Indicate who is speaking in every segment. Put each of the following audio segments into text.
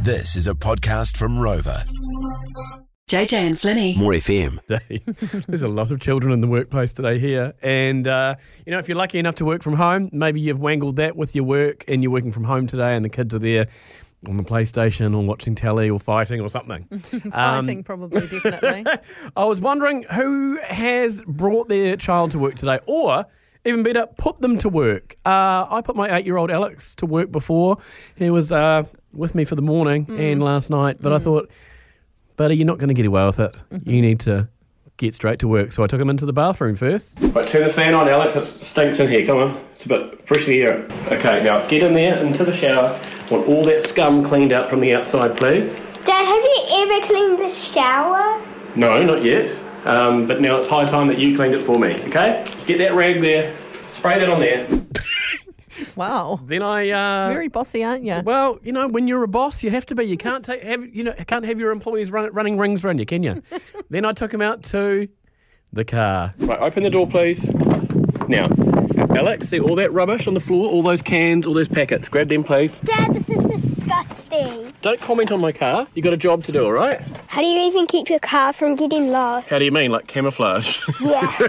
Speaker 1: This is a podcast from Rover.
Speaker 2: JJ and Flinny.
Speaker 3: More FM.
Speaker 4: day. There's a lot of children in the workplace today here. And, uh, you know, if you're lucky enough to work from home, maybe you've wangled that with your work and you're working from home today and the kids are there on the PlayStation or watching telly or fighting or something.
Speaker 5: Fighting, probably, definitely.
Speaker 4: I was wondering who has brought their child to work today or. Even better, put them to work. Uh, I put my eight-year-old Alex to work before. He was uh, with me for the morning and last night, but I thought, buddy, you're not going to get away with it. You need to get straight to work. So I took him into the bathroom first.
Speaker 6: Right, turn the fan on, Alex. It stinks in here. Come on. It's a bit freshy air. Okay, now get in there, into the shower. Want all that scum cleaned out from the outside, please?
Speaker 7: Dad, have you ever cleaned the shower?
Speaker 6: No, not yet. Um, but now it's high time that you cleaned it for me, okay? Get that rag there, spray that on there.
Speaker 5: wow.
Speaker 4: Then I. Uh,
Speaker 5: Very bossy, aren't you?
Speaker 4: well, you know, when you're a boss, you have to be. You can't take have you know can't have your employees run, running rings around you, can you? then I took him out to the car.
Speaker 6: Right, open the door, please. Now, Alex, see all that rubbish on the floor? All those cans, all those packets. Grab them, please.
Speaker 7: Dad, this is disgusting.
Speaker 6: Don't comment on my car. You got a job to do, all right?
Speaker 7: How do you even keep your car from getting lost?
Speaker 6: How do you mean, like camouflage?
Speaker 7: Yeah,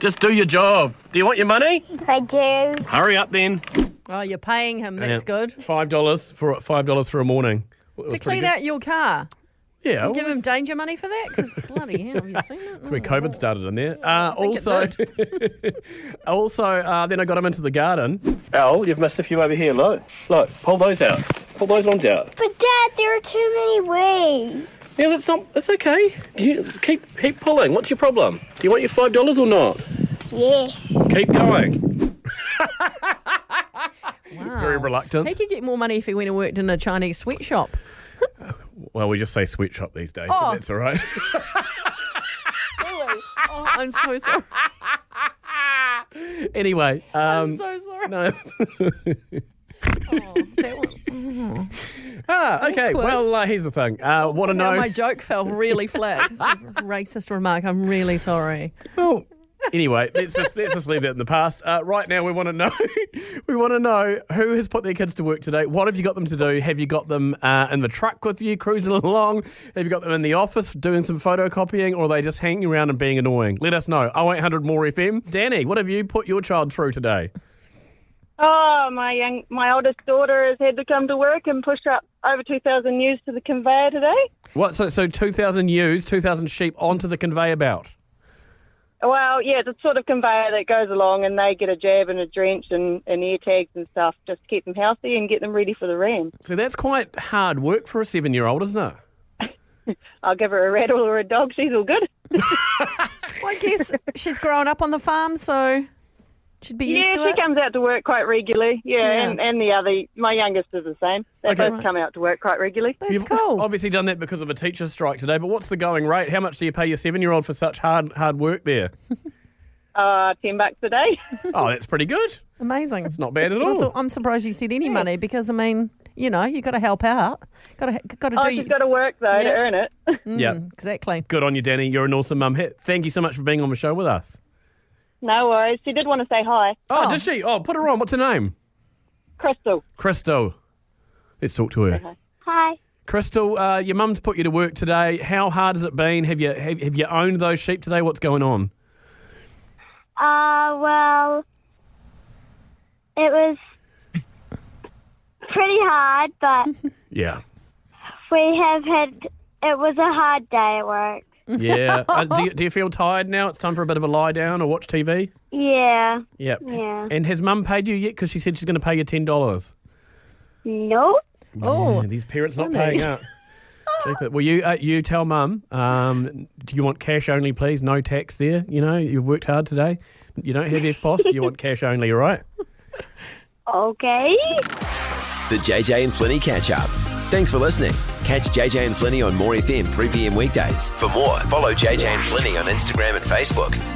Speaker 6: Just do your job. Do you want your money?
Speaker 7: I do.
Speaker 6: Hurry up then.
Speaker 5: Oh, you're paying him. That's good.
Speaker 4: Five dollars for five dollars for a morning. It was
Speaker 5: To
Speaker 4: pretty
Speaker 5: clean
Speaker 4: good.
Speaker 5: out your car.
Speaker 4: Yeah. well,
Speaker 5: Give him
Speaker 4: that's-
Speaker 5: danger money for that? Because bloody hell, have you seen it?
Speaker 4: That's where
Speaker 6: Oh,
Speaker 4: COVID started in there. Uh,
Speaker 5: think it
Speaker 4: also, also, uh, then I got him into the garden.
Speaker 6: Al, you've missed a few over here. Look, look, pull those out. Pull those ones out.
Speaker 7: But Dad, there are too many ways.
Speaker 6: Yeah, that's not. That's okay. You keep keep pulling. What's your problem? Do you want your five dollars or not?
Speaker 7: Yes.
Speaker 6: Keep going.
Speaker 5: Oh, Wow.
Speaker 4: Very reluctant.
Speaker 5: He could get more money if he went and worked in a Chinese sweatshop.
Speaker 4: Well, we just say sweatshop these days.
Speaker 5: Oh.
Speaker 4: But that's all right.
Speaker 5: Oh, I'm so sorry.
Speaker 4: anyway, um,
Speaker 5: I'm so sorry.
Speaker 4: no.
Speaker 6: Oh,
Speaker 5: That one-
Speaker 6: mm-hmm.
Speaker 4: ah, okay.
Speaker 5: Awkward.
Speaker 4: Well, uh, here's the thing. Uh, want to
Speaker 5: now
Speaker 4: know?
Speaker 5: my joke fell really flat. It's a racist remark. I'm really sorry.
Speaker 4: Oh. Anyway, let's just let's just leave that in the past. Uh, right now, we want to know we want to know who has put their kids to work today. What have you got them to do? Have you got them uh, in the truck with you cruising along? Have you got them in the office doing some photocopying, or are they just hanging around and being annoying? Let us know. 0800 more FM. Danny, what have you put your child through today?
Speaker 8: Oh, my young, my oldest daughter has had to come to work and push up over 2,000 ewes to the conveyor today.
Speaker 4: What? So so two thousand ewes, two thousand sheep onto the conveyor belt.
Speaker 8: Well, yeah, it's a sort of conveyor that goes along and they get a jab and a drench and, and ear tags and stuff just to keep them healthy and get them ready for the ram.
Speaker 4: So that's quite hard work for a seven-year-old, isn't it?
Speaker 8: I'll give her a rattle or a dog, she's all good.
Speaker 5: Well, I guess she's grown up on the farm, so she'd be used
Speaker 8: yeah,
Speaker 5: to
Speaker 8: she
Speaker 5: it.
Speaker 8: comes out to work quite regularly. Yeah,
Speaker 5: Yeah.
Speaker 8: And, and the other, my youngest is the same. They
Speaker 4: Okay.
Speaker 8: both come out to work quite regularly.
Speaker 5: That's
Speaker 4: You've
Speaker 5: cool.
Speaker 4: Obviously done that because of a teacher's strike today, but what's the going rate? How much do you pay your seven-year-old for such hard hard work there?
Speaker 8: Uh, 10 bucks a day.
Speaker 4: oh, that's pretty good.
Speaker 5: Amazing.
Speaker 4: It's not bad at
Speaker 5: I
Speaker 4: all.
Speaker 5: thought, I'm surprised you said any money because I mean, you know, you got to help out. Got to, got to
Speaker 8: Oh,
Speaker 5: do.
Speaker 8: she's got to work though to
Speaker 5: Yeah.
Speaker 8: earn it.
Speaker 5: mm.
Speaker 4: Yeah.
Speaker 5: exactly.
Speaker 4: Good on you, Danny. You're an awesome mum. Hey, Thank you so much for being on the show with us.
Speaker 8: no worries. She did want to say hi.
Speaker 4: Oh,
Speaker 5: Oh.
Speaker 4: did she? Oh, put her on. What's her name?
Speaker 8: Crystal.
Speaker 4: Crystal. Let's talk to her.
Speaker 7: Hi.
Speaker 4: Crystal, uh, your mum's put you to work today. How hard has it been? Have you have, have you owned those sheep today? What's going on?
Speaker 7: Uh, well, it was pretty hard, but
Speaker 4: Yeah.
Speaker 7: we have had, it was a hard day at work.
Speaker 4: Yeah. uh, do, you, do you feel tired now? It's time for a bit of a lie down or watch TV?
Speaker 7: Yeah.
Speaker 4: Yep.
Speaker 7: Yeah.
Speaker 4: And has mum paid you yet? Because she said she's going to pay you ten dollars.
Speaker 7: Nope.
Speaker 5: Oh,
Speaker 4: these parents not
Speaker 5: funny.
Speaker 4: paying up. Cheaper. Well, you uh, you tell mum. Um, do you want cash only, please? No tax there. You know you've worked hard today. You don't have F boss. you want cash only, all right?
Speaker 7: Okay.
Speaker 3: The JJ and Flinny catch up. Thanks for listening. Catch JJ and Flinny on More FM 3 p.m. weekdays. For more, follow JJ and Flinny on Instagram and Facebook.